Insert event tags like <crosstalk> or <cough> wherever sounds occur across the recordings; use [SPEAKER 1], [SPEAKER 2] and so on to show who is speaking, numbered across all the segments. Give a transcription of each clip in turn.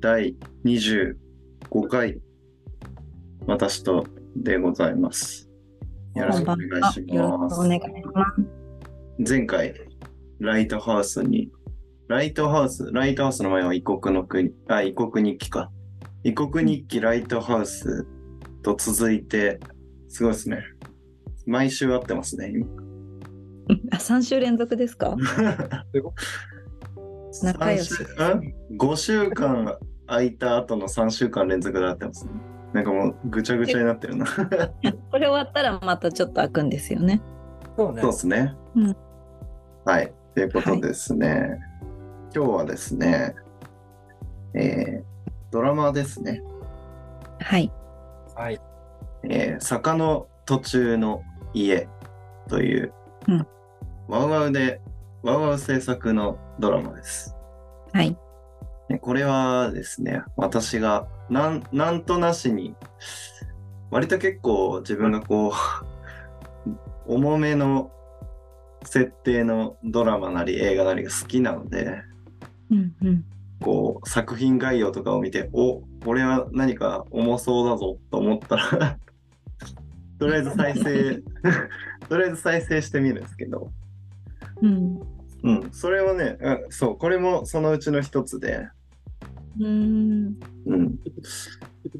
[SPEAKER 1] 第25回、私とでございます。よろしくお願いし
[SPEAKER 2] よろ
[SPEAKER 1] ま
[SPEAKER 2] し
[SPEAKER 1] す
[SPEAKER 2] くお。願いします。
[SPEAKER 1] 前回、ライトハウスに、ライトハウス、ライトハウスの前は異国の国、あ、異国日記か。異国日記、ライトハウスと続いて、すごいですね。毎週会ってますね、今。
[SPEAKER 2] あ、三週連続ですか？仲良し
[SPEAKER 1] 5週間空いた後の3週間連続で会ってますね。なんかもうぐちゃぐちゃになってるな。
[SPEAKER 2] これ終わったらまたちょっと開くんですよね。
[SPEAKER 3] そうね
[SPEAKER 1] そうですね。
[SPEAKER 2] うん
[SPEAKER 1] はい。ということですね。今日はですね、えードラマですね、
[SPEAKER 2] はい。
[SPEAKER 3] はい。
[SPEAKER 1] えー坂の途中の家という、
[SPEAKER 2] うん
[SPEAKER 1] ワウワウで、ワウワウ制作のドラマです。
[SPEAKER 2] はい。
[SPEAKER 1] ねこれはですね、私がなんなんとなしに、割と結構自分がこう、 <laughs> 重めの設定のドラマなり映画なりが好きなので、
[SPEAKER 2] うんうん。
[SPEAKER 1] こう作品概要とかを見て、おこれは何か重そうだぞと思ったら、 <laughs> とりあえず再生、 <laughs> とりあえず再生してみるんですけど、
[SPEAKER 2] うん。
[SPEAKER 1] うん、それはね、あそう、これもそのうちの一つで、
[SPEAKER 2] うーん。
[SPEAKER 1] うん、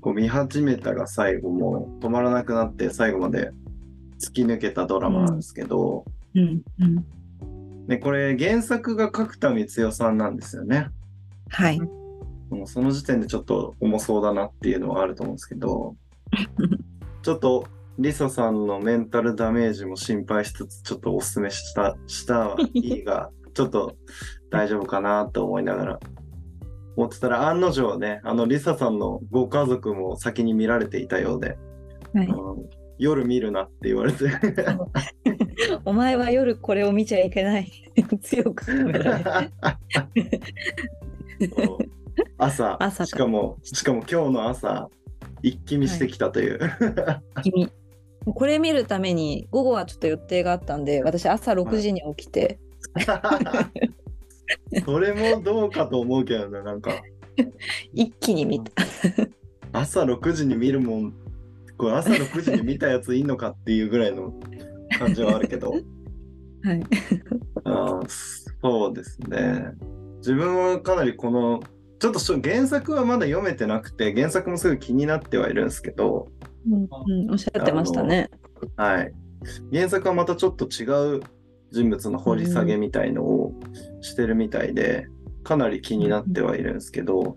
[SPEAKER 1] こう見始めたが最後もう止まらなくなって最後まで突き抜けたドラマなんですけど、
[SPEAKER 2] うんうん。
[SPEAKER 1] でこれ原作が角田光代さんなんですよね。
[SPEAKER 2] はい。
[SPEAKER 1] もうその時点でちょっと重そうだなっていうのはあると思うんですけ
[SPEAKER 2] <laughs>
[SPEAKER 1] どちょっとリサさんのメンタルダメージも心配しつつちょっとおすすめしたしたいいがちょっと大丈夫かなと思いながら思ってたら案の定ねあのリサさんのご家族も先に見られていたようで、
[SPEAKER 2] はい
[SPEAKER 1] あ。の夜見るなって言われ
[SPEAKER 2] <laughs>
[SPEAKER 1] て
[SPEAKER 2] お前は夜これを見ちゃいけない。強く止められて。
[SPEAKER 1] そう朝
[SPEAKER 2] 朝か
[SPEAKER 1] しかもしかも今日の朝一気見してきたという、
[SPEAKER 2] 君。これ見るために午後はちょっと予定があったんで私朝6時に起きて、
[SPEAKER 1] <laughs> それもどうかと思うけどね、なんか
[SPEAKER 2] 一気に見た、
[SPEAKER 1] 朝6時に見るもん、これ朝6時に見たやついいのかっていうぐらいの感じはあるけど、
[SPEAKER 2] はい
[SPEAKER 1] <laughs> あーそうですね。自分はかなりこの、ちょっとしょ原作はまだ読めてなくて、原作もすごい気になってはいるんですけど、
[SPEAKER 2] うんうん、おっしゃってましたね
[SPEAKER 1] はい。原作はまたちょっと違う人物の掘り下げみたいのをしてるみたいで、かなり気になってはいるんですけど、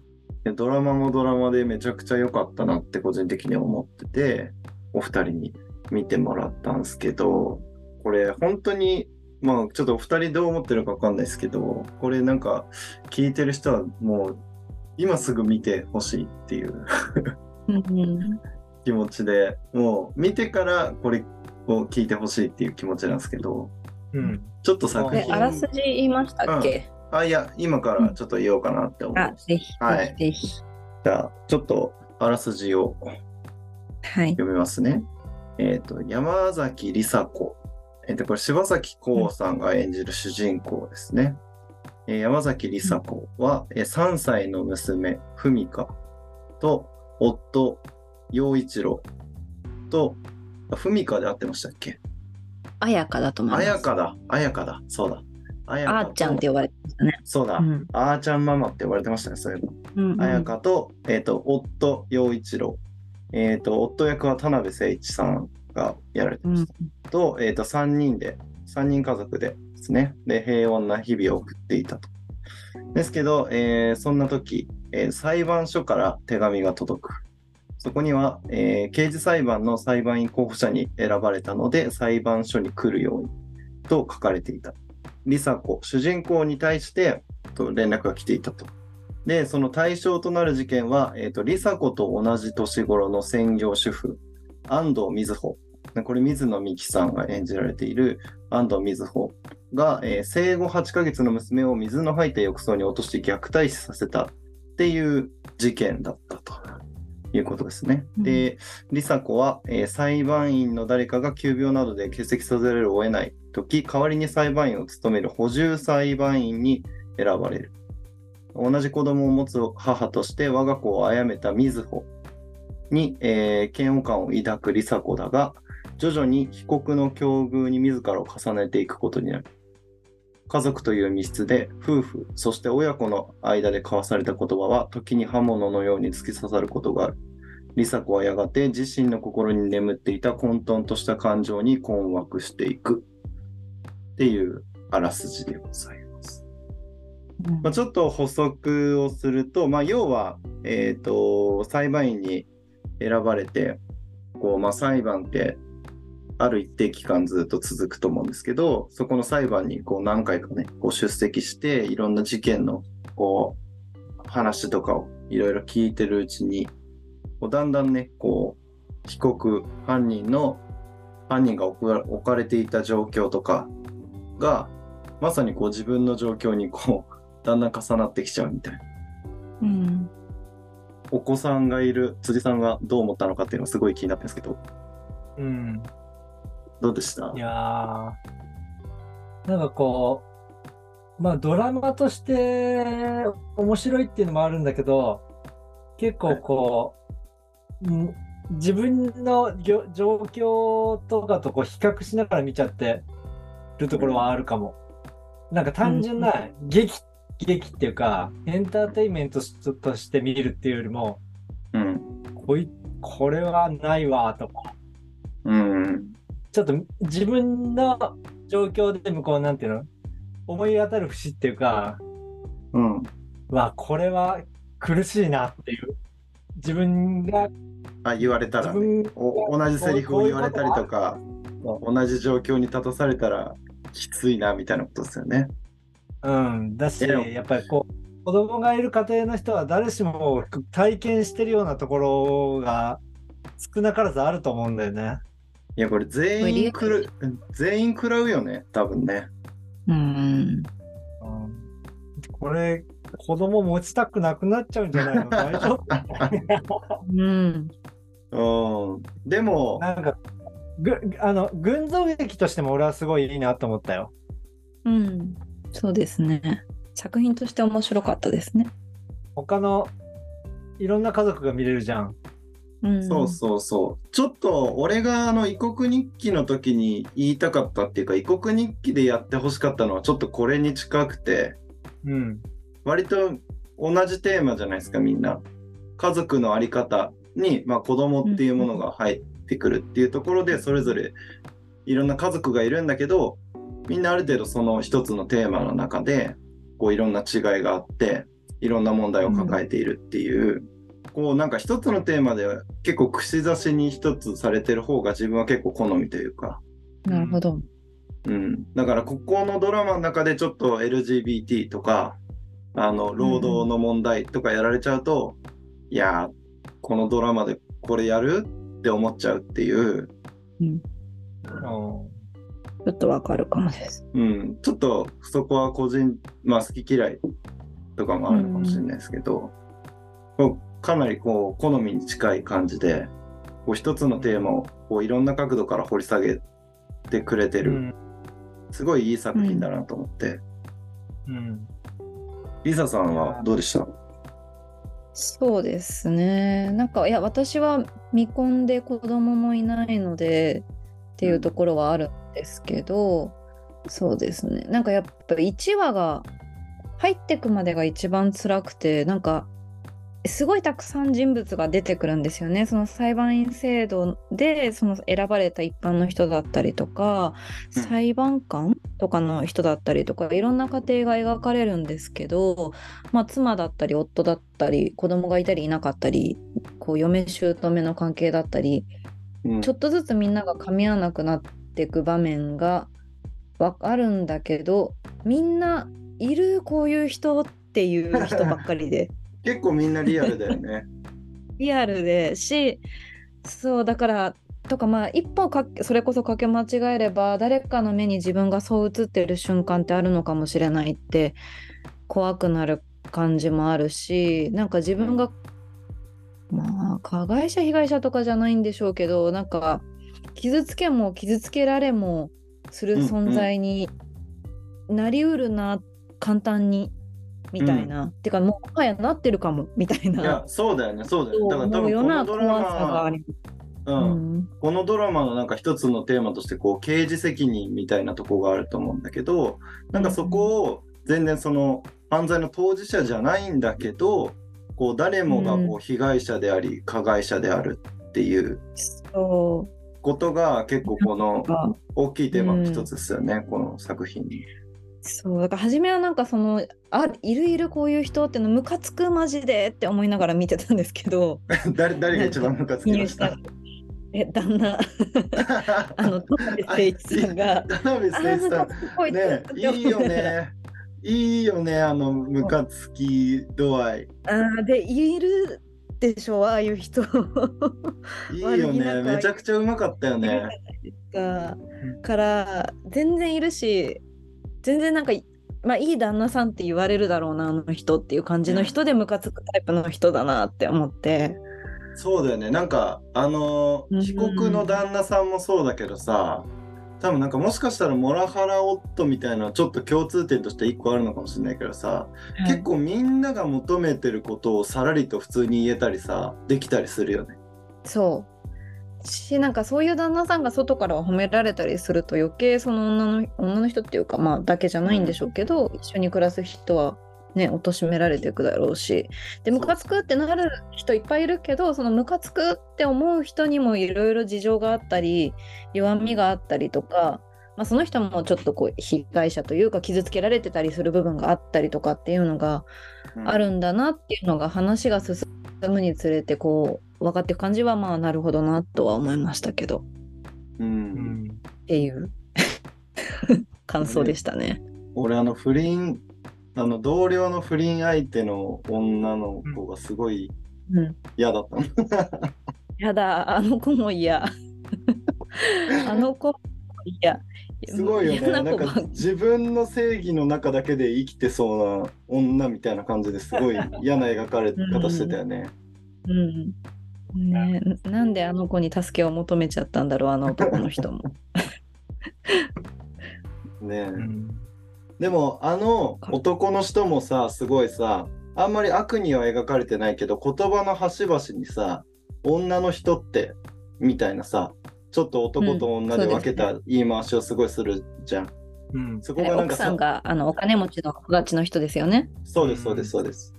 [SPEAKER 1] ドラマもドラマでめちゃくちゃ良かったなって個人的には思ってて、お二人に見てもらったんですけど、これ本当に、まあちょっとお二人どう思ってるかわかんないですけど、これなんか聞いてる人はもう今すぐ見てほしいっていう
[SPEAKER 2] うんうん
[SPEAKER 1] 気持ちでもう見てからこれを聞いてほしいっていう気持ちなんですけど
[SPEAKER 3] うん。
[SPEAKER 1] ちょっと作
[SPEAKER 2] え
[SPEAKER 1] 品
[SPEAKER 2] あらすじ言いましたっけ、
[SPEAKER 1] あいや今からちょっと言おうかなって思
[SPEAKER 2] あ
[SPEAKER 1] う
[SPEAKER 2] ぜひ
[SPEAKER 1] はい
[SPEAKER 2] ぜひぜひ
[SPEAKER 1] じゃあちょっとあらすじを
[SPEAKER 2] はい
[SPEAKER 1] 読みますねえっ、と山崎梨紗子えっ、とこれ柴咲コウさんが演じる主人公ですね、えー山崎梨紗子は、えー3歳の娘文香と夫陽一郎とあ文香で会ってましたっけ
[SPEAKER 2] あやかだと思いま
[SPEAKER 1] あ
[SPEAKER 2] す
[SPEAKER 1] やかだ、あやかだ、そうだ。あやか
[SPEAKER 2] あ
[SPEAKER 1] と
[SPEAKER 2] ーちゃんって呼ばれてましたね。
[SPEAKER 1] そうだ、
[SPEAKER 2] うん
[SPEAKER 1] あーちゃんママって呼ばれてましたね、そういえば。
[SPEAKER 2] うんうん
[SPEAKER 1] あやかと、えっ、と、夫、陽一郎。えっ、と、夫役は田辺誠一さんがやられて
[SPEAKER 2] う
[SPEAKER 1] ま
[SPEAKER 2] ん
[SPEAKER 1] した。と、えっ、と、3人で、3人家族でですね、で、平穏な日々を送っていたと。ですけど、えーそんな時、えー裁判所から手紙が届く。そこには、えー刑事裁判の裁判員候補者に選ばれたので、裁判所に来るようにと書かれていた。梨紗子、主人公に対してと連絡が来ていたと。で、その対象となる事件は、えっ、と、梨紗子と同じ年頃の専業主婦、安藤瑞穂。でこれ、水野美紀さんが演じられている安藤瑞穂が、えー生後8ヶ月の娘を水の入った浴槽に落として虐待死させたっていう事件だったということですね。
[SPEAKER 2] うん
[SPEAKER 1] で、梨紗子は、えー裁判員の誰かが急病などで欠席させられるを得ない時代わりに裁判員を務める補充裁判員に選ばれる。同じ子供を持つ母として我が子を殺めた瑞穂に、えー嫌悪感を抱く梨紗子だが徐々に被告の境遇に自らを重ねていくことになる家族という密室で夫婦そして親子の間で交わされた言葉は時に刃物のように突き刺さることがある梨紗子はやがて自身の心に眠っていた混沌とした感情に困惑していくっていうあらすじでございます。まあ、ちょっと補足をすると、まあ、要は、えー、と裁判員に選ばれてこう、まあ、裁判ってある一定期間ずっと続くと思うんですけどそこの裁判にこう何回かねこう出席していろんな事件のこう話とかをいろいろ聞いてるうちにこうだんだんねこう被告犯人の犯人が置か置かれていた状況とかがまさにこう自分の状況にこうだんだん重なってきちゃうみたいな
[SPEAKER 2] うん
[SPEAKER 1] お子さんがいる辻さんがどう思ったのかっていうのがすごい気になってるんですけど
[SPEAKER 3] うん。
[SPEAKER 1] どうでした
[SPEAKER 3] いやーなんかこう、まあドラマとして面白いっていうのもあるんだけど、結構こう、うん自分のぎょ状況とかとこう比較しながら見ちゃってるところはあるかも。なんか単純な劇、劇っていうか、エンターテインメントとして見るっていうよりも、
[SPEAKER 1] うん
[SPEAKER 3] こいこれはないわとか、
[SPEAKER 1] うん
[SPEAKER 3] ちょっと自分の状況で向こうなんていうの思い当たる節っていうか、
[SPEAKER 1] うん
[SPEAKER 3] わ、これは苦しいなっていう。自分が、
[SPEAKER 1] あ言われた
[SPEAKER 3] 自
[SPEAKER 1] ら、ね、
[SPEAKER 3] 分、
[SPEAKER 1] お同じセリフを言われたりとか同じ状況に立たされたらきついなみたいなことですよね
[SPEAKER 3] うん、だし、
[SPEAKER 1] いやでも
[SPEAKER 3] やっぱりこう、子供がいる家庭の人は誰しも体験してるようなところが少なからずあると思うんだよね。
[SPEAKER 1] いやこれ全員くる全員食らうよね多分ね
[SPEAKER 2] うん
[SPEAKER 3] うん、これ、子供持ちたくなくなっちゃうんじゃないの大丈夫
[SPEAKER 2] うん
[SPEAKER 1] うんでも
[SPEAKER 3] なんかぐあの群像劇としても俺はすごいいいなと思ったよ。
[SPEAKER 2] うん、そうですね。作品として面白かったですね。
[SPEAKER 3] 他のいろんな家族が見れるじゃん。
[SPEAKER 2] うん、
[SPEAKER 1] そうそうそう。ちょっと俺があの異国日記の時に言いたかったっていうか異国日記でやってほしかったのはちょっとこれに近くて
[SPEAKER 3] うん。
[SPEAKER 1] 割と同じテーマじゃないですかみんな。家族の在り方に、まあ、子供っていうものが入ってくるっていうところでそれぞれいろんな家族がいるんだけどみんなある程度その一つのテーマの中でこういろんな違いがあっていろんな問題を抱えているっていう、こうなんか一つのテーマで結構串刺しに一つされてる方が自分は結構好みというか。
[SPEAKER 2] なるほど。
[SPEAKER 1] うん、だからここのドラマの中でちょっと LGBT とかあの労働の問題とかやられちゃうと、いやーこのドラマでこれやるって思っちゃうっていう、
[SPEAKER 3] う
[SPEAKER 2] ちょっとわかるかもです。
[SPEAKER 1] うん、ちょっとそこは個人、まあ、好き嫌いとかもあるのかもしれないですけど、こうかなりこう好みに近い感じでこう一つのテーマをこういろんな角度から掘り下げてくれてる、
[SPEAKER 3] ん。
[SPEAKER 1] すごいいい作品だなと思って、
[SPEAKER 3] うん。
[SPEAKER 1] リサさんはどうでした
[SPEAKER 2] そうですね。なんかいや私は未婚で子供もいないのでっていうところはあるんですけど、そうですね。なんかやっぱ1話が入ってくまでが一番辛くてなんかすごいたくさん人物が出てくるんですよね。その裁判員制度でその選ばれた一般の人だったりとか、
[SPEAKER 1] うん
[SPEAKER 2] 裁判官とかの人だったりとかいろんな家庭が描かれるんですけど、まあ、妻だったり夫だったり子供がいたりいなかったりこう嫁姑の関係だったり
[SPEAKER 1] うん
[SPEAKER 2] ちょっとずつみんなが噛み合わなくなっていく場面がわあるんだけどみんないるこういう人っていう人ばっかりで
[SPEAKER 1] 結構みんなリアルだよ
[SPEAKER 2] <laughs>
[SPEAKER 1] ね。
[SPEAKER 2] リアルでしそうだからとかまあ一歩かそれこそかけ間違えれば誰かの目に自分がそう映ってる瞬間ってあるのかもしれないって怖くなる感じもあるしなんか自分が、まあ加害者被害者とかじゃないんでしょうけどなんか傷つけも傷つけられもする存在になりうるな、簡単にみたいな、てかもうもはやなってるかもみたい
[SPEAKER 1] いや
[SPEAKER 2] な
[SPEAKER 1] そうだよねそうだよねだから多
[SPEAKER 2] 思
[SPEAKER 1] 分
[SPEAKER 2] うよ
[SPEAKER 1] こ
[SPEAKER 2] うな
[SPEAKER 1] のド
[SPEAKER 2] 怖
[SPEAKER 1] ラ
[SPEAKER 2] さがあり
[SPEAKER 1] マ、
[SPEAKER 2] ま
[SPEAKER 1] う
[SPEAKER 2] す。
[SPEAKER 1] ん
[SPEAKER 2] うん
[SPEAKER 1] このドラマのなんか一つのテーマとしてこう刑事責任みたいなとこがあると思うんだけどなんかそこを全然その犯罪の当事者じゃないんだけどこう誰もがこ
[SPEAKER 2] う
[SPEAKER 1] う被害者であり加害者であるっていう
[SPEAKER 2] そ
[SPEAKER 1] ことが結構この
[SPEAKER 2] うか
[SPEAKER 1] 大きいテーマの一つですよねこの作品に。 <laughs>
[SPEAKER 2] そうだから初めはなんかそのあいるいるこういう人っていうのムカつくマジでって思いながら見てたんです
[SPEAKER 1] <laughs>
[SPEAKER 2] けど
[SPEAKER 1] 誰誰が一番ムカつきました
[SPEAKER 2] え旦那あ
[SPEAKER 1] <laughs>
[SPEAKER 2] の田辺誠一さんが
[SPEAKER 1] 田辺
[SPEAKER 2] あ
[SPEAKER 1] 誠
[SPEAKER 2] ー
[SPEAKER 1] 一
[SPEAKER 2] ム
[SPEAKER 1] さ
[SPEAKER 2] カ
[SPEAKER 1] ん
[SPEAKER 2] つくこいつ
[SPEAKER 1] ね
[SPEAKER 2] って思
[SPEAKER 1] いいよねいいよねあのムカつき度合い
[SPEAKER 2] あーでいるでしょああいう人
[SPEAKER 1] いいよ
[SPEAKER 2] 悪気
[SPEAKER 1] ね
[SPEAKER 2] なくああいう
[SPEAKER 1] めちゃくちゃうまかったよね
[SPEAKER 2] がから全然いるし全然なんか、まあ、いい旦那さんって言われるだろうなあの人っていう感じの人でムカつくタイプの人だなって思って
[SPEAKER 1] そうだよねなんかあの
[SPEAKER 2] うん
[SPEAKER 1] 被告の旦那さんもそうだけどさ多分なんかもしかしたらモラハラ夫みたいなのはちょっと共通点として一個あるのかもしれないけどさ、結構みんなが求めてることをさらりと普通に言えたりさできたりするよね。
[SPEAKER 2] そうしなんかそういう旦那さんが外からは褒められたりすると余計その女の女の人っていうかまあだけじゃないんでしょうけど、一緒に暮らす人はね貶められていくだろうしで
[SPEAKER 1] そう
[SPEAKER 2] ムカつくってなる人いっぱいいるけどそのムカつくって思う人にもいろいろ事情があったり弱みがあったりとか、まあ、その人もちょっとこう被害者というか傷つけられてたりする部分があったりとかっていうのが
[SPEAKER 1] うん
[SPEAKER 2] あるんだなっていうのが話が進むにつれてこう分かっていく感じはまあなるほどなとは思いましたけど
[SPEAKER 1] う
[SPEAKER 3] うんん
[SPEAKER 2] っていう <laughs> 感想でしたね。
[SPEAKER 1] 俺あの不倫あの同僚の不倫相手の女の子がすごい
[SPEAKER 2] うん、
[SPEAKER 1] 嫌だったの、
[SPEAKER 2] やだあの子も嫌 <laughs> あの子も嫌
[SPEAKER 1] すごいよね
[SPEAKER 2] 嫌
[SPEAKER 1] な
[SPEAKER 2] な子
[SPEAKER 1] ん
[SPEAKER 2] ばっか
[SPEAKER 1] か自分の正義の中だけで生きてそうな女みたいな感じですごい嫌な描かれ方してたよね。
[SPEAKER 2] うんねえ、なんであの子に助けを求めちゃったんだろうあの男の人も。
[SPEAKER 1] ねえ
[SPEAKER 3] うん
[SPEAKER 1] でもあの男の人もさすごいさあんまり悪には描かれてないけど言葉の端々にさ女の人ってみたいなさちょっと男と女で分け
[SPEAKER 2] う
[SPEAKER 1] た言い回しをすごいするじゃん。
[SPEAKER 3] うん
[SPEAKER 1] そこがなん
[SPEAKER 2] 奥
[SPEAKER 1] か
[SPEAKER 2] さ
[SPEAKER 1] さ
[SPEAKER 2] んがあのお金持ちの育ちの人ですよね。
[SPEAKER 1] そうですそうですそうです。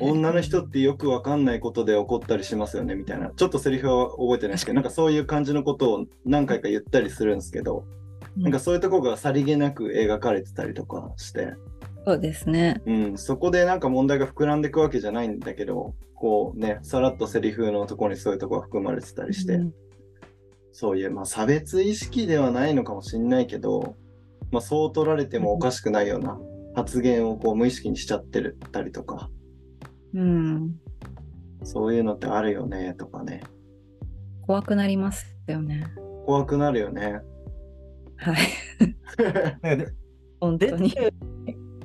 [SPEAKER 1] 女の人ってよくわかんないことで怒ったりしますよねみたいなちょっとセリフは覚えてないですけどなんかそういう感じのことを何回か言ったりするんですけど、
[SPEAKER 2] うん
[SPEAKER 1] なんかそういうとこがさりげなく描かれてたりとかして、
[SPEAKER 2] そうですね。
[SPEAKER 1] うん、そこでなんか問題が膨らんでいくわけじゃないんだけどこうねさらっとセリフのところにそういうとこが含まれてたりして、
[SPEAKER 2] うん
[SPEAKER 1] そういう、まあ、差別意識ではないのかもしれないけど、まあ、そう取られてもおかしくないような発言をこう無意識にしちゃってるたりとか
[SPEAKER 2] うん
[SPEAKER 1] そういうのってあるよねとかね
[SPEAKER 2] 怖くなりますよね。
[SPEAKER 1] 怖くなるよね。 <laughs>
[SPEAKER 2] はい、
[SPEAKER 3] なんかで
[SPEAKER 2] <laughs> 本
[SPEAKER 3] 出
[SPEAKER 2] 当に
[SPEAKER 3] て。る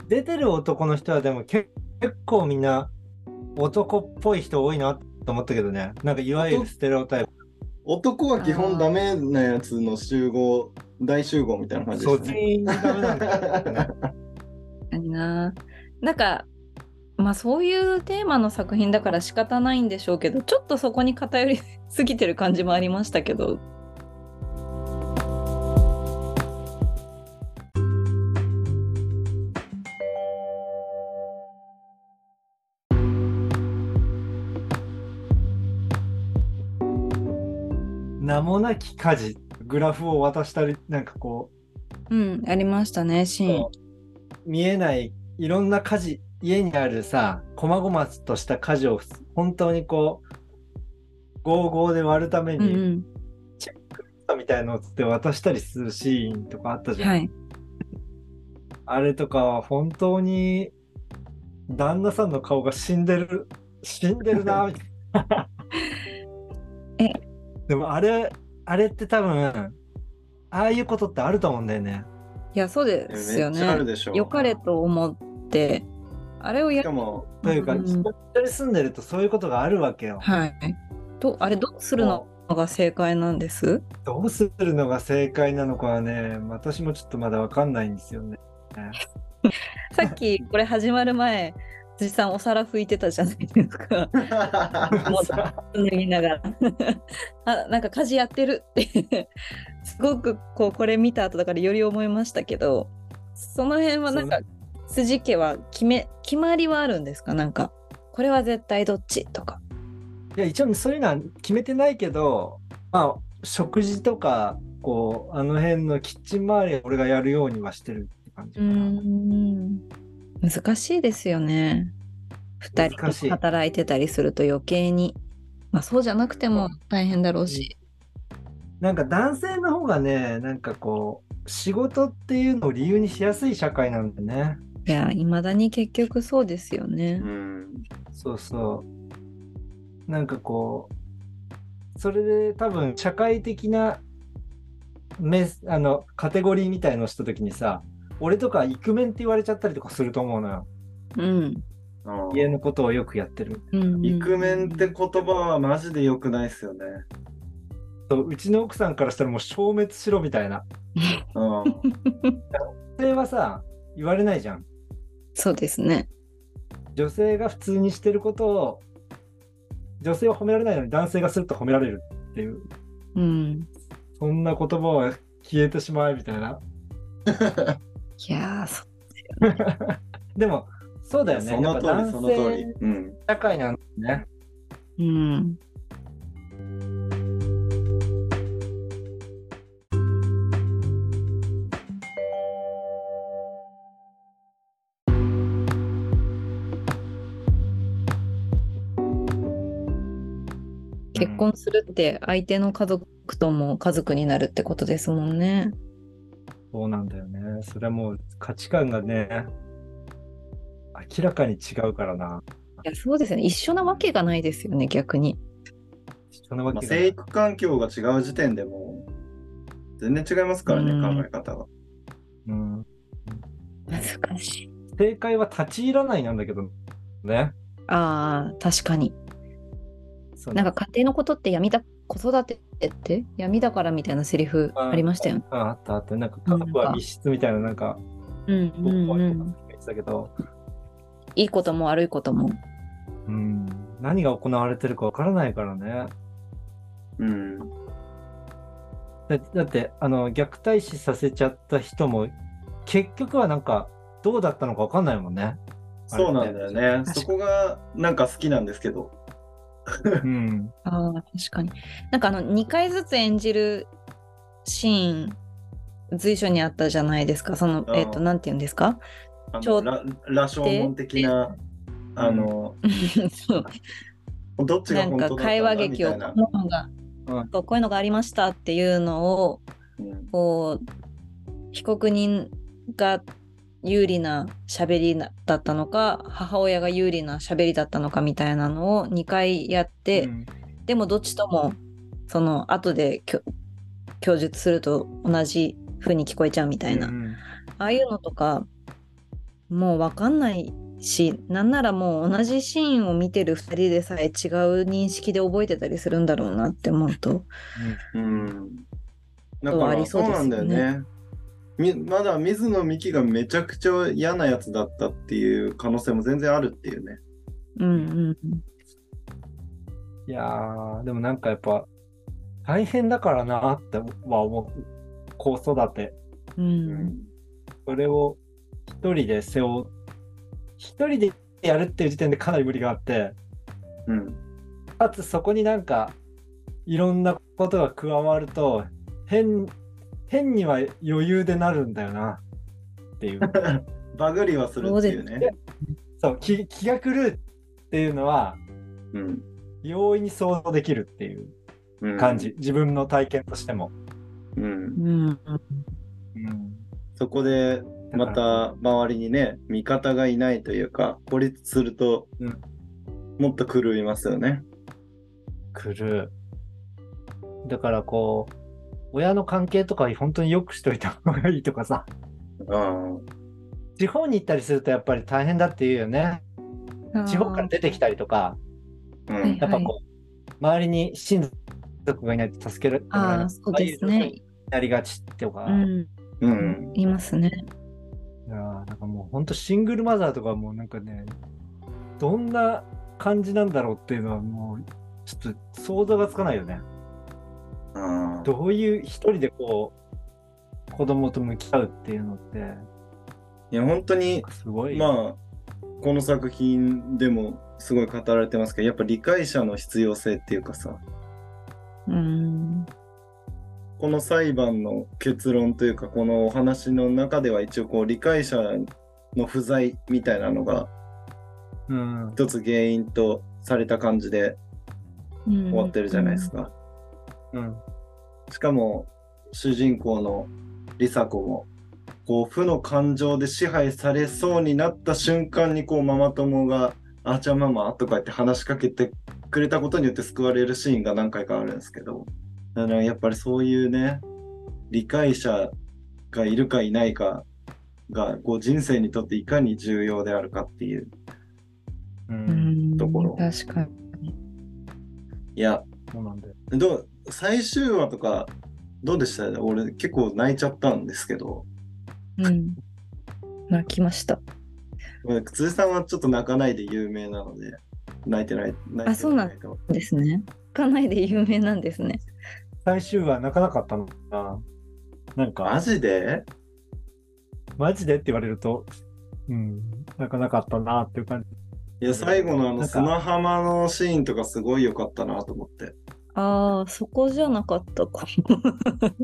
[SPEAKER 3] 出てる男の人はでも結結構みんな男っぽい人多いなと思ったけどねなんかいわゆるステレオタイプ
[SPEAKER 1] 男は基本ダメなやつの集合大集合みたいな感じで
[SPEAKER 3] そう
[SPEAKER 1] したね。
[SPEAKER 3] 全員ダメなんだよね
[SPEAKER 2] あれななんかまあそういうテーマの作品だから仕方ないんでしょうけどちょっとそこに偏りすぎてる感じもありましたけど
[SPEAKER 3] <laughs> 名もなき家事グラフを渡したりなんかこ
[SPEAKER 2] うんありましたねシーン
[SPEAKER 3] こう見えないいろんな家事家にあるさ細々とした家事を本当にこう合合で割るため
[SPEAKER 2] うん
[SPEAKER 3] に、みたいのをつって渡したりするシーンとかあった
[SPEAKER 2] う
[SPEAKER 3] じ
[SPEAKER 2] ん
[SPEAKER 3] ゃん、
[SPEAKER 2] はい
[SPEAKER 3] あれとかは本当に旦那さんの顔が死んでる死んでる
[SPEAKER 2] <laughs>
[SPEAKER 3] なみたいな。
[SPEAKER 2] え
[SPEAKER 3] でもあれあれって多分ああいうことってあると思うんだよね。
[SPEAKER 2] いやそうで
[SPEAKER 1] め
[SPEAKER 2] すよ
[SPEAKER 1] っちゃある
[SPEAKER 2] ね
[SPEAKER 1] でしょ。
[SPEAKER 2] 良かれと思ってあれをや
[SPEAKER 1] しかも
[SPEAKER 3] というか、
[SPEAKER 2] うん
[SPEAKER 3] 一緒に住んでるとそういうことがあるわけよ。
[SPEAKER 2] はいとあれどうするのが正解なんです
[SPEAKER 3] どうするのが正解なのかはね私もちょっとまだわかんないんですよね。
[SPEAKER 2] さっきこれ始まる前、辻さんお皿拭いてたじゃないですか。もう脱ぎながら <laughs> あなんか家事やってるって <laughs> すごくこうこれ見た後だからより思いましたけどその辺はなんか辻家は決め決まりはあるんですかなんかこれは絶対どっちとか
[SPEAKER 3] <laughs> いや一応そういうのは決めてないけど、まあ、食事とかこうあの辺のキッチン周りは俺がやるようにはしてるって感じ
[SPEAKER 2] う
[SPEAKER 3] か
[SPEAKER 2] ー
[SPEAKER 3] な。
[SPEAKER 2] ん難しいですよね2
[SPEAKER 3] 難し
[SPEAKER 2] 人
[SPEAKER 3] い
[SPEAKER 2] 働いてたりすると余計に、まあ、そうじゃなくても大変だろうし、
[SPEAKER 3] なんか男性の方がねなんかこう仕事っていうのを理由にしやすい社会なんでね。
[SPEAKER 2] いやいまだに結局そうですよね。
[SPEAKER 1] うん。
[SPEAKER 3] そうそう。なんかこう、それで多分社会的なメスあのカテゴリーみたいのをしたときにさ、俺とかイクメンって言われちゃったりとかすると思うのよ。
[SPEAKER 2] うん
[SPEAKER 1] あー
[SPEAKER 3] 家のことをよくやってる。
[SPEAKER 2] うんうん
[SPEAKER 1] イクメンって言葉はマジで良くないですよね。
[SPEAKER 3] そううちの奥さんからしたらもう消滅しろみたいな。
[SPEAKER 1] うん。
[SPEAKER 3] 女性はさ、言われないじゃん。
[SPEAKER 2] そうですね。
[SPEAKER 3] 女性が普通にしてることを、女性は褒められないのに男性がすると褒められるっていう、
[SPEAKER 2] うん
[SPEAKER 3] そんな言葉は消えてしまえみたいな。
[SPEAKER 2] いやーそ
[SPEAKER 3] でも、そうだよね。
[SPEAKER 1] その通
[SPEAKER 3] やっぱ
[SPEAKER 1] り、
[SPEAKER 3] 男
[SPEAKER 1] その通り
[SPEAKER 3] 性。
[SPEAKER 1] うん。
[SPEAKER 3] 社会なんですね。
[SPEAKER 2] うん。結婚するって相手の家族とも家族になるってことですもんね。
[SPEAKER 3] そうなんだよね。それはもう価値観がね、明らかに違うからな。
[SPEAKER 2] いやそうですよね一緒なわけがないですよね逆に。
[SPEAKER 3] 一緒なわ
[SPEAKER 1] まあ、
[SPEAKER 3] けが
[SPEAKER 1] 生育環境が違う時点でもう全然違いますからね、
[SPEAKER 2] うん
[SPEAKER 1] 考え方が。
[SPEAKER 3] うん。
[SPEAKER 2] 難しい。
[SPEAKER 3] 正解は立ち入らないなんだけどね。
[SPEAKER 2] ああ確かに。
[SPEAKER 3] そう
[SPEAKER 2] なんか家庭のことって闇だ子育てって闇だからみたいなセリフありましたよね。
[SPEAKER 3] ああったあった。なんか家族は密室みたいな、なんか、
[SPEAKER 2] うんう
[SPEAKER 3] 僕
[SPEAKER 2] ん
[SPEAKER 3] は
[SPEAKER 2] う
[SPEAKER 3] 言
[SPEAKER 2] ん、
[SPEAKER 3] ってたけど、
[SPEAKER 2] いいことも悪いことも。
[SPEAKER 3] うん。何が行われてるかわからないからね。
[SPEAKER 1] うん。
[SPEAKER 3] だだってあの虐待死させちゃった人も結局はなんかどうだったのかわかんないもん
[SPEAKER 2] <laughs>
[SPEAKER 3] ね。
[SPEAKER 1] そうなんだよね。
[SPEAKER 2] 確かに
[SPEAKER 1] そこがなんか好きなんですけど。
[SPEAKER 3] うん、
[SPEAKER 2] ああ確かに。なんかあの2回ずつ演じるシーン随所にあったじゃないですかその
[SPEAKER 1] あー
[SPEAKER 2] えっ、となんて言うんです
[SPEAKER 1] <laughs>
[SPEAKER 2] か
[SPEAKER 1] あ
[SPEAKER 2] ちょ
[SPEAKER 1] のラ羅生門的な、あの、
[SPEAKER 2] そう
[SPEAKER 1] どっちが
[SPEAKER 2] なん
[SPEAKER 1] 本
[SPEAKER 2] か
[SPEAKER 1] 当だった
[SPEAKER 2] 会
[SPEAKER 1] んだ
[SPEAKER 2] 話
[SPEAKER 1] み
[SPEAKER 2] 劇
[SPEAKER 1] た
[SPEAKER 2] を
[SPEAKER 1] いな。
[SPEAKER 2] こういうのが
[SPEAKER 3] うん
[SPEAKER 2] こういうのがありましたっていうのを
[SPEAKER 1] うん
[SPEAKER 2] こう被告人が有利な喋りなだったのか母親が有利な喋りだったのかみたいなのを2回やって、
[SPEAKER 3] うん
[SPEAKER 2] でもどっちともその後できょ供述すると同じ風に聞こえちゃうみたいな、
[SPEAKER 3] うん
[SPEAKER 2] ああいうのとかもう分かんないしなんならもう同じシーンを見てる2人でさえ違う認識で覚えてたりするんだろうなって思うと
[SPEAKER 1] うん。だ
[SPEAKER 2] そう
[SPEAKER 1] か
[SPEAKER 2] あ
[SPEAKER 1] ら
[SPEAKER 2] り
[SPEAKER 1] そ
[SPEAKER 2] そううです
[SPEAKER 1] な
[SPEAKER 2] よ
[SPEAKER 1] ん
[SPEAKER 2] ね
[SPEAKER 1] だよね。みまだ水野美紀がめちゃくちゃ嫌なやつだったっていう可能性も全然あるっていうね。
[SPEAKER 2] うんうん
[SPEAKER 3] いやーでもなんかやっぱ大変だからなっては思う子育て
[SPEAKER 2] うんうん
[SPEAKER 3] それを一人で背負う一人でやるっていう時点でかなり無理があって
[SPEAKER 1] うん。
[SPEAKER 3] かつそこになんかいろんなことが加わると変変には余裕でなるんだよなっ
[SPEAKER 1] <laughs>
[SPEAKER 3] ていう。
[SPEAKER 1] バグりはするっていう
[SPEAKER 2] そう
[SPEAKER 1] ね
[SPEAKER 3] で。そう気気が狂うっていうのは
[SPEAKER 1] うん
[SPEAKER 3] 容易に想像できるっていう
[SPEAKER 1] うん
[SPEAKER 3] 感じ、。自分の体験としても、
[SPEAKER 1] うん。
[SPEAKER 2] うん
[SPEAKER 1] そこでまた周りにね味方がいないというか孤立すると、
[SPEAKER 3] うん
[SPEAKER 1] もっと狂いますよね。
[SPEAKER 3] 来るだからこう親の関係とか本当によくしといた方がいいとかさ <laughs>
[SPEAKER 1] うん
[SPEAKER 3] 地方に行ったりするとやっぱり大変だって言うよね地方から出てきたりとか
[SPEAKER 1] う
[SPEAKER 2] はい
[SPEAKER 1] ん
[SPEAKER 3] やっぱこう、周りに親族がいないと助けられない
[SPEAKER 2] ああそうです
[SPEAKER 3] ああいう状況
[SPEAKER 2] ね
[SPEAKER 3] に。なりがちとか、
[SPEAKER 2] うん、
[SPEAKER 1] うん
[SPEAKER 2] いますね。
[SPEAKER 3] いやーな。なんかもう本当シングルマザーとかもうなんかね、どんな感じなんだろうっていうのはもう、ちょっと想像がつかないよね。
[SPEAKER 1] うん
[SPEAKER 3] どういう一人でこう、子供と向き合うっていうのって、
[SPEAKER 1] いや本当に
[SPEAKER 3] すごい。
[SPEAKER 1] まあこの作品でもすごい語られてますけどやっぱ理解者の必要性っていうかさ
[SPEAKER 2] うん。
[SPEAKER 1] この裁判の結論というかこのお話の中では一応こう理解者の不在みたいなのが
[SPEAKER 3] うん。
[SPEAKER 1] 一つ原因とされた感じで
[SPEAKER 2] 終
[SPEAKER 1] 終わってるじゃないです。か。
[SPEAKER 3] うん。
[SPEAKER 1] しかも主人公の梨紗子もこう負の感情で支配されそうになった瞬間にこうママ友が「あーちゃんママ」とか言って話しかけてくれたことによって救われるシーンが何回かあるんですけどだからやっぱりそういうね理解者がいるかいないかがこう人生にとっていかに重要であるかっていう
[SPEAKER 3] う。
[SPEAKER 2] うんん。
[SPEAKER 1] ところ
[SPEAKER 2] 確かに。
[SPEAKER 1] いや
[SPEAKER 3] そうなんだよ。
[SPEAKER 1] どう最終話とかどうでした俺結構泣いちゃったんですけど
[SPEAKER 2] うん。泣きました。
[SPEAKER 1] まあ辻さんはちょっと泣かないで有名なので泣いてない泣いて
[SPEAKER 2] あそうなん
[SPEAKER 1] だ
[SPEAKER 2] ですね。かないで有名なんですね。
[SPEAKER 3] 最終話泣かなかったのかな。なんか
[SPEAKER 1] マ、ジで
[SPEAKER 3] マジでって言われると、うん、泣かなかったなっていう感じ。
[SPEAKER 1] いや最後のあ
[SPEAKER 3] な
[SPEAKER 1] の
[SPEAKER 3] んか
[SPEAKER 1] 砂浜のシーンとかすごい良かったなと思って
[SPEAKER 2] ああ、そこじゃなかった
[SPEAKER 1] <laughs>
[SPEAKER 2] かも。そう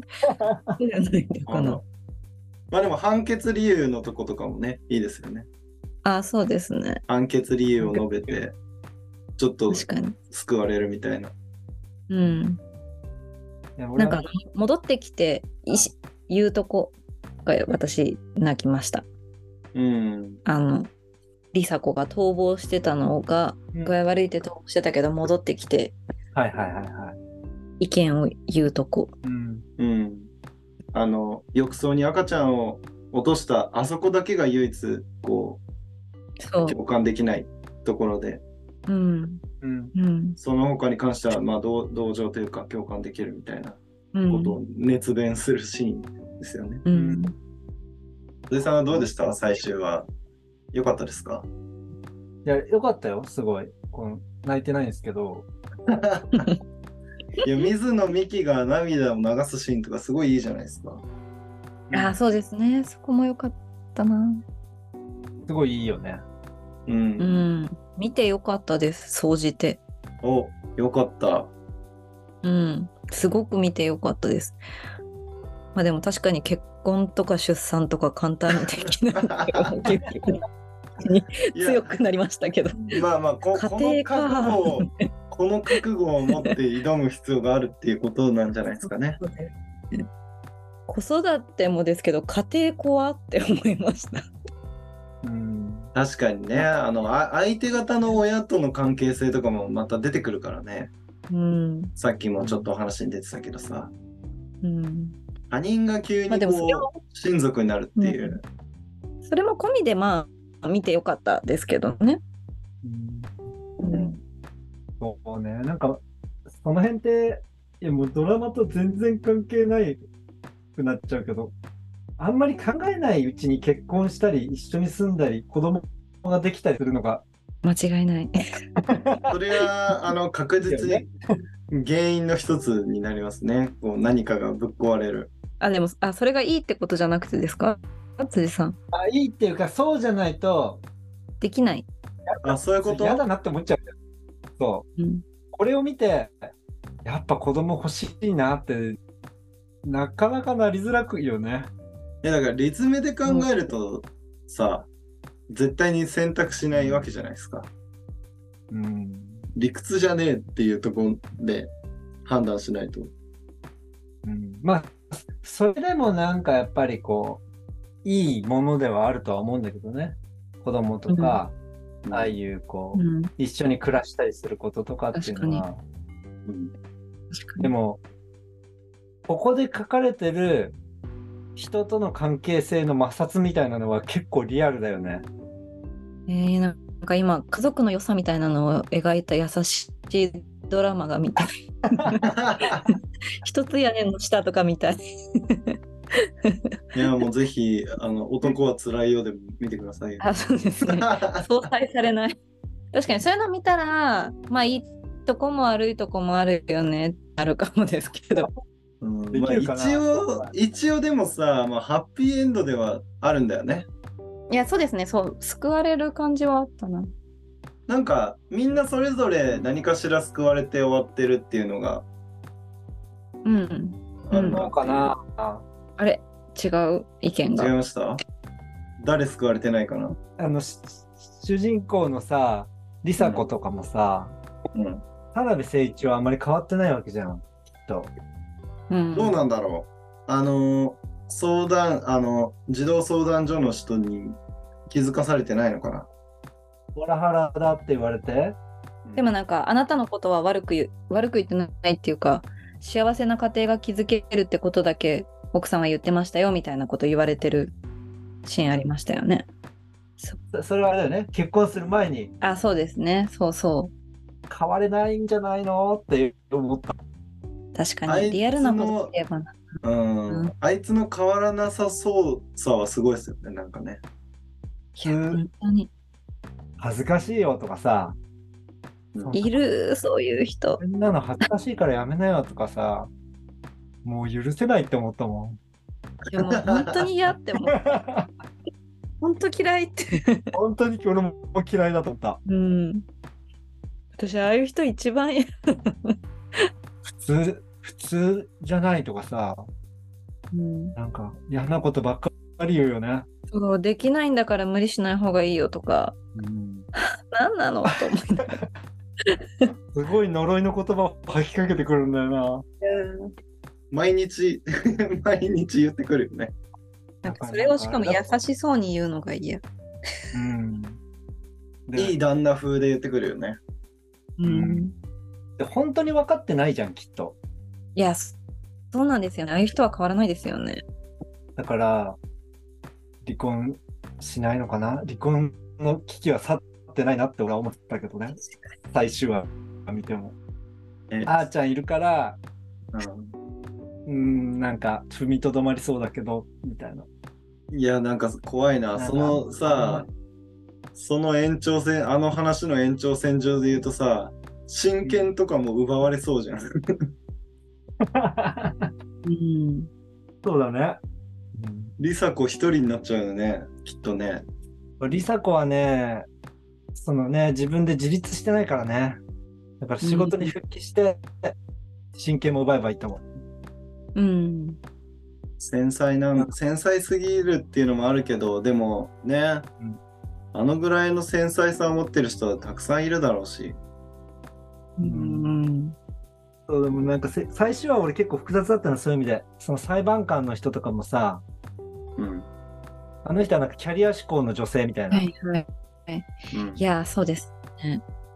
[SPEAKER 2] じゃないの
[SPEAKER 1] あ
[SPEAKER 2] かな
[SPEAKER 1] の。まあでも判決理由のとことかもねいいですよね
[SPEAKER 2] ああ、そうですね。
[SPEAKER 1] 判決理由を述べてちょっと
[SPEAKER 2] 確かに。
[SPEAKER 1] 救われるみたいな
[SPEAKER 2] うん。
[SPEAKER 3] いや
[SPEAKER 2] な
[SPEAKER 3] 俺
[SPEAKER 2] んか
[SPEAKER 3] は
[SPEAKER 2] 戻ってきていし言うとこが私泣きました。
[SPEAKER 1] うん
[SPEAKER 2] あの梨紗子が逃亡してたのが
[SPEAKER 3] うん
[SPEAKER 2] 具合悪いって逃亡してたけど戻ってきて
[SPEAKER 3] はいはいはいはい。
[SPEAKER 2] 意見を言うとこ。
[SPEAKER 3] うん。
[SPEAKER 1] うんあの浴槽に赤ちゃんを落としたあそこだけが唯一こう
[SPEAKER 2] そう。
[SPEAKER 1] 共感できないところで、
[SPEAKER 2] うん
[SPEAKER 3] うん。
[SPEAKER 2] うん
[SPEAKER 1] その他に関しては、まあ、同同情というか共感できるみたいな
[SPEAKER 2] う
[SPEAKER 1] こと
[SPEAKER 2] ん
[SPEAKER 1] を熱弁するシーンですよね。
[SPEAKER 2] うん。
[SPEAKER 1] 辻さんはどうでした最終は。良かったですか
[SPEAKER 3] いや、よかったよ、すごい。この泣いてないんですけど、
[SPEAKER 1] いや水野美紀が涙を流すシーンとかすごいいいじゃないですか。
[SPEAKER 2] ああそうですね。そこも良かったな。
[SPEAKER 3] すごいいいよね。
[SPEAKER 1] う。
[SPEAKER 2] うんん。見て良かったです。総じて。
[SPEAKER 1] お良かった。
[SPEAKER 2] うん。すごく見て良かったです。まあでも確かに結婚とか出産とか簡単にできない
[SPEAKER 1] いや
[SPEAKER 2] 強くなりましたけど。
[SPEAKER 1] まあまあここの
[SPEAKER 2] 家庭か
[SPEAKER 1] 覚悟
[SPEAKER 2] <laughs>
[SPEAKER 1] をこの覚悟を持って挑む必要があるっていうことなんじゃないですかね。
[SPEAKER 2] 子育てもですけど家庭怖って思いました。
[SPEAKER 3] うん。
[SPEAKER 1] 確かにねあのあ相手方の親との関係性とかもまた出てくるからね
[SPEAKER 2] うん、
[SPEAKER 1] さっきもちょっとお話に出てたけどさ
[SPEAKER 2] うん、
[SPEAKER 1] 他人が急に
[SPEAKER 2] まあでもそれ
[SPEAKER 1] こう親族になるっていう、
[SPEAKER 2] それも込みでまあ見てよかったですけどね。
[SPEAKER 3] うん
[SPEAKER 1] うん
[SPEAKER 3] そうね、なんか、その辺って、いやもうドラマと全然関係ないくなっちゃうけど、あんまり考えないうちに結婚したり、一緒に住んだり、子供ができたりするのが、
[SPEAKER 2] 間違いない。
[SPEAKER 1] それはあの確実に
[SPEAKER 2] <laughs>
[SPEAKER 1] 原因の一つになりますねこう何かがぶっ壊れる
[SPEAKER 2] あでもあそれがいいってことじゃなくてですか辻さん。
[SPEAKER 3] あ、いいっていうか、そうじゃないと、
[SPEAKER 2] できない。
[SPEAKER 1] あそういうこと
[SPEAKER 3] 嫌だなって思っちゃう。そう。
[SPEAKER 2] うん、
[SPEAKER 3] これを見て、やっぱ子供欲しいなって、なかなかなりづらくいいよね。
[SPEAKER 1] いやだから立命で考えるとさ絶対に選択しないわけじゃないですか
[SPEAKER 3] うん。
[SPEAKER 1] 理屈じゃねえっていうところで判断しないと
[SPEAKER 3] うんまあそれでもなんかやっぱりこういいものではあるとは思うんだけどね子供とか、ああいうこう、
[SPEAKER 2] うん、
[SPEAKER 3] 一緒に暮らしたりすることとかっていうのは
[SPEAKER 1] うん
[SPEAKER 2] 確か
[SPEAKER 3] でもここで書かれてる人との関係性の摩擦みたいなのは結構リアルだよね。
[SPEAKER 2] に。えー、なんか今家族の良さみたいなのを描いた優しいド <laughs> ラマが見たい。一つ屋根の下とか見たい。
[SPEAKER 1] いや、もうぜひ、あの、男は辛いよでも見てください
[SPEAKER 2] <laughs>
[SPEAKER 1] よ。
[SPEAKER 2] あ、そうですね。相殺されない。確かにそういうの見たら、まあいいとこも悪いとこもあるよね、あるかもですけど。
[SPEAKER 1] うん
[SPEAKER 3] で
[SPEAKER 1] まあ、
[SPEAKER 3] きるかな
[SPEAKER 1] 一応、一応でもさ、まあ、ハッピーエンドではあるんだよね。
[SPEAKER 2] いや、そうですね、そう、救われる感じはあったな。
[SPEAKER 1] なんか、みんなそれぞれ何かしら救われて終わってるっていうのが
[SPEAKER 2] うん。
[SPEAKER 1] ある
[SPEAKER 2] うん
[SPEAKER 1] な、
[SPEAKER 3] そうかな。あ
[SPEAKER 2] あれ違う意見
[SPEAKER 1] 違い
[SPEAKER 2] が。
[SPEAKER 1] ました誰救われてないかな
[SPEAKER 3] の、し主人公のさ、梨紗子とかもさ、
[SPEAKER 1] うん。
[SPEAKER 3] 田辺誠一はあんまり変わってないわけじゃん、きっと。
[SPEAKER 2] うん。
[SPEAKER 1] どうなんだろうあの、相談、あの、児童相談所の人に気づかされてないのかな
[SPEAKER 3] オラハラだって言われて、
[SPEAKER 2] でもなんか、あなたのことは悪く言う悪く言ってないっていうか、幸せな家庭が築けるってことだけ奥さんは言ってましたよみたいなこと言われてるシーンありましたよね。
[SPEAKER 3] そそれはあれだよね、結婚する前に
[SPEAKER 2] あ、そうですね。そうそ
[SPEAKER 3] 変われないんじゃないのって思った。
[SPEAKER 2] う。確
[SPEAKER 1] あ
[SPEAKER 2] か
[SPEAKER 1] いつの
[SPEAKER 2] に。リアルなことと言えばな。
[SPEAKER 1] うん
[SPEAKER 2] うん
[SPEAKER 1] あいつの変わらなさそうさはすごいですよね、なんかね。
[SPEAKER 2] いや、本当に。
[SPEAKER 3] 恥ずかしいよとかさ、
[SPEAKER 1] うん
[SPEAKER 2] いる、そういう人
[SPEAKER 3] こ。んなの恥ずかしいからやめなよとかさ、もう許せないって思ったもん。
[SPEAKER 2] いや、もう本当に嫌って思
[SPEAKER 1] <laughs>
[SPEAKER 2] う。本当嫌いって。
[SPEAKER 3] 本当に俺も嫌いだと思った。
[SPEAKER 2] うん。私、ああいう人一番嫌。
[SPEAKER 3] 普通、普通じゃないとかさ、
[SPEAKER 2] うん。
[SPEAKER 3] なんか嫌なことばっかり言うよね。
[SPEAKER 2] そう、できないんだから無理しない方がいいよとか、
[SPEAKER 3] うん、
[SPEAKER 2] 何なの <laughs> と思いながら
[SPEAKER 3] すごい呪いの言葉を吐きかけてくるんだよな。
[SPEAKER 1] 毎日、 <laughs> 毎日言ってくるよね。
[SPEAKER 2] なんかそれをしかも優しそうに言うのが嫌。
[SPEAKER 3] うん。
[SPEAKER 1] いい
[SPEAKER 3] で、
[SPEAKER 1] 旦那風で言ってくるよね。
[SPEAKER 3] んで本当に分かってないじゃん、きっと。
[SPEAKER 2] いや、そそうなんですよね。ああいう人は変わらないですよね。
[SPEAKER 3] だから、離婚しないのかな離婚の危機は去ってないなって俺は思ったけどね。最終話見ても。
[SPEAKER 1] え
[SPEAKER 3] あーちゃんいるから、
[SPEAKER 1] う
[SPEAKER 3] うーん、なんか踏みとどまりそうだけど、みたいな。
[SPEAKER 1] んいや、なんか怖いな。そのさ、その延長線、あの話の延長線上で言うとさ、親権とかも奪われそうじゃん。
[SPEAKER 2] うん。
[SPEAKER 3] <laughs> そうだね。
[SPEAKER 1] 梨紗子一人になっちゃうよね、きっとね。
[SPEAKER 3] うん、梨紗子はね、そのね、自分で自立してないからね。だから仕事に復帰して、神経も奪えばいいと思う。
[SPEAKER 2] うん。
[SPEAKER 1] 繊細なん、繊細すぎるっていうのもあるけど、でもね、
[SPEAKER 3] うん
[SPEAKER 1] あのぐらいの繊細さを持ってる人はたくさんいるだろうし。
[SPEAKER 2] うん。
[SPEAKER 3] そうでもなんかせ最初は俺結構複雑だったのそういう意味でその裁判官の人とかもさ
[SPEAKER 1] うん。
[SPEAKER 3] あの人はなんかキャリア志向の女性みたいな、
[SPEAKER 2] はいはい。
[SPEAKER 1] うん
[SPEAKER 2] いや、そうです。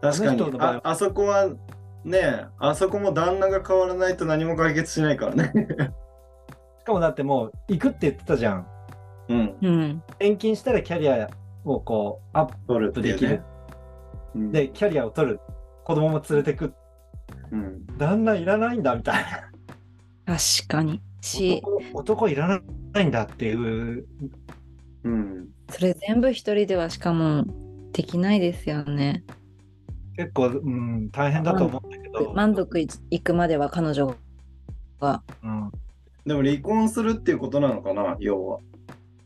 [SPEAKER 1] 確か
[SPEAKER 3] あの人
[SPEAKER 1] に
[SPEAKER 3] の場合
[SPEAKER 1] あ
[SPEAKER 3] は
[SPEAKER 1] あそこはねあそこも旦那が変わらないと何も解決しないからね
[SPEAKER 3] しかもだってもう行くって言ってたじゃん
[SPEAKER 1] うん
[SPEAKER 2] うん。
[SPEAKER 3] 転勤したらキャリアをこうアッ
[SPEAKER 1] 取るっていう
[SPEAKER 3] でき
[SPEAKER 1] ね
[SPEAKER 3] る
[SPEAKER 1] うん
[SPEAKER 3] プでキャリアを取る子供も連れてく
[SPEAKER 1] うん
[SPEAKER 3] 旦那いらないんだみたいな
[SPEAKER 2] 確かに。し、
[SPEAKER 3] 男男いらないんだっていう
[SPEAKER 1] うん
[SPEAKER 2] それ全部一人ではしかもできないですよね。
[SPEAKER 3] 結構、うん、大変だと思うんだけど、
[SPEAKER 2] 満足いいくまでは彼女が。
[SPEAKER 3] うん、
[SPEAKER 1] でも離婚するっていうことなのかな要は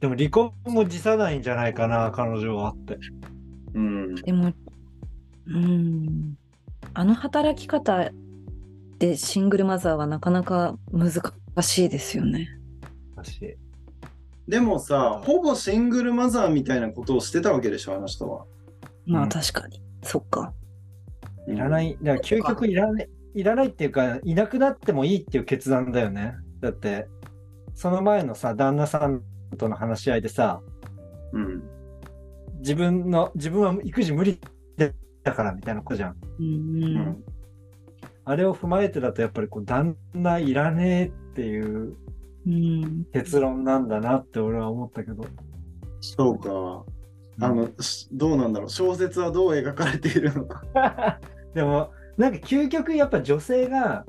[SPEAKER 3] でも離婚も辞さないんじゃないかな彼女はって
[SPEAKER 1] うん
[SPEAKER 2] でも、うん。あの働き方でシングルマザーはなかなか難しいですよね。
[SPEAKER 3] 私
[SPEAKER 1] でもさほぼシングルマザーみたいなことをしてたわけでしょあの人は
[SPEAKER 2] ま
[SPEAKER 3] う
[SPEAKER 2] あ
[SPEAKER 3] ん
[SPEAKER 2] 確かに。そっか。
[SPEAKER 1] い
[SPEAKER 3] いらないい、だから究極いらない、いらないっていうか、いなくなってもいいっていう決断だよね。だって、その前のさ、旦那さんとの話し合いでさ、
[SPEAKER 1] うん
[SPEAKER 3] 自分の、自分は育児無理だからみたいな子じゃん。
[SPEAKER 2] うん
[SPEAKER 1] う
[SPEAKER 2] うん
[SPEAKER 1] ん
[SPEAKER 3] あれを踏まえてだと、やっぱりこう、旦那いらねえっていう
[SPEAKER 2] うん、
[SPEAKER 3] 結論なんだなって俺は思ったけど。
[SPEAKER 1] そうかあの、しどうなんだろう小説はどう描かれているのか
[SPEAKER 3] <laughs> でも、なんか究極やっぱ女性が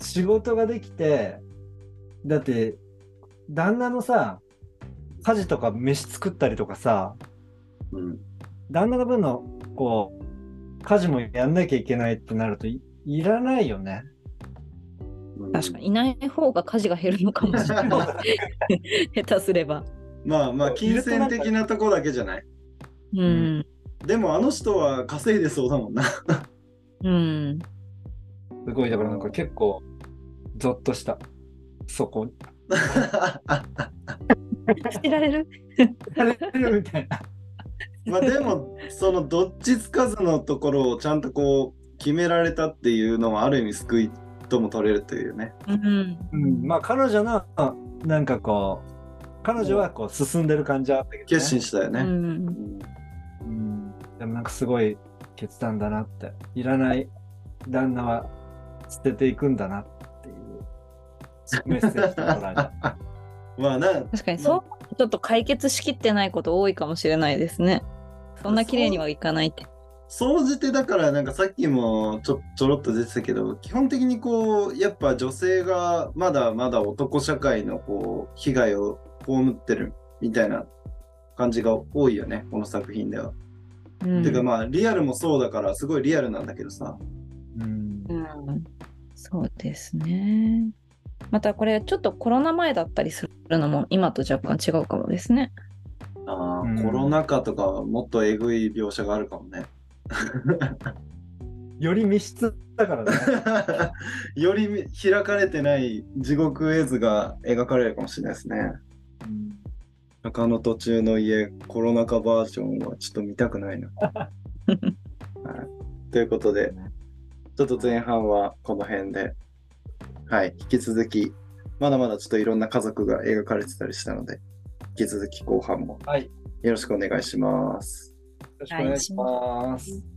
[SPEAKER 3] 仕事ができて、だって旦那のさ、家事とか飯作ったりとかさ、
[SPEAKER 1] うん。
[SPEAKER 3] 旦那の分の、こう、家事もやんなきゃいけないってなるとい、いらないよね。
[SPEAKER 1] うん
[SPEAKER 2] 確かにいない方が家事が減るのかもしれない <laughs> 下手すれば
[SPEAKER 1] <laughs> まあまあ、金銭的なとこだけじゃない。
[SPEAKER 2] うん
[SPEAKER 1] でもあの人は稼いでそうだもんな。
[SPEAKER 2] うん
[SPEAKER 3] すごい、だからなんか結構、ゾッとした。そこ。
[SPEAKER 2] 捨てられる
[SPEAKER 3] みたいな。
[SPEAKER 1] まあでも、そのどっちつかずのところをちゃんとこう決められたっていうのはある意味救いとも取れるというね。
[SPEAKER 2] うん
[SPEAKER 3] うん、まあ彼女の、なんかこう、彼女はこう進んでる感じはあったけど、ね。
[SPEAKER 1] 決心したよ
[SPEAKER 2] う
[SPEAKER 1] ね。
[SPEAKER 2] ん
[SPEAKER 1] うん
[SPEAKER 3] うん。でもなんかすごい決断だなって。いらない旦那は捨てていくんだなっていうメッセージと捉えた。
[SPEAKER 1] まあな、
[SPEAKER 2] 確かにそう思うとちょっと解決しきってないこと多いかもしれないですねそんな綺麗にはいかないって
[SPEAKER 1] 総じてだからなんかさっきもちょちょろっと出てたけど基本的にこうやっぱ女性がまだまだ男社会のこう被害を被ってるみたいな感じが多いよねこの作品では。
[SPEAKER 2] うん
[SPEAKER 1] てかまあリアルもそうだからすごいリアルなんだけどさ。
[SPEAKER 3] <laughs> うん
[SPEAKER 2] うんそうですね。またこれちょっとコロナ前だったりするのも今と若干違うかもですね。
[SPEAKER 1] あ
[SPEAKER 3] うん
[SPEAKER 1] ーコロナ禍とかはもっとえぐい描写があるかもね。 <laughs>
[SPEAKER 3] より密室だからね。
[SPEAKER 1] より開かれてない地獄絵図が描かれるかもしれないですね。
[SPEAKER 3] うん
[SPEAKER 1] 中野途中の家コロナ禍バージョンはちょっと見たくないな。ということでちょっと前半はこの辺ではい引き続きまだまだちょっといろんな家族が描かれてたりしたので引き続き後半も
[SPEAKER 3] はい。よ
[SPEAKER 1] よろしくお願いします。
[SPEAKER 3] ろしくお願いします。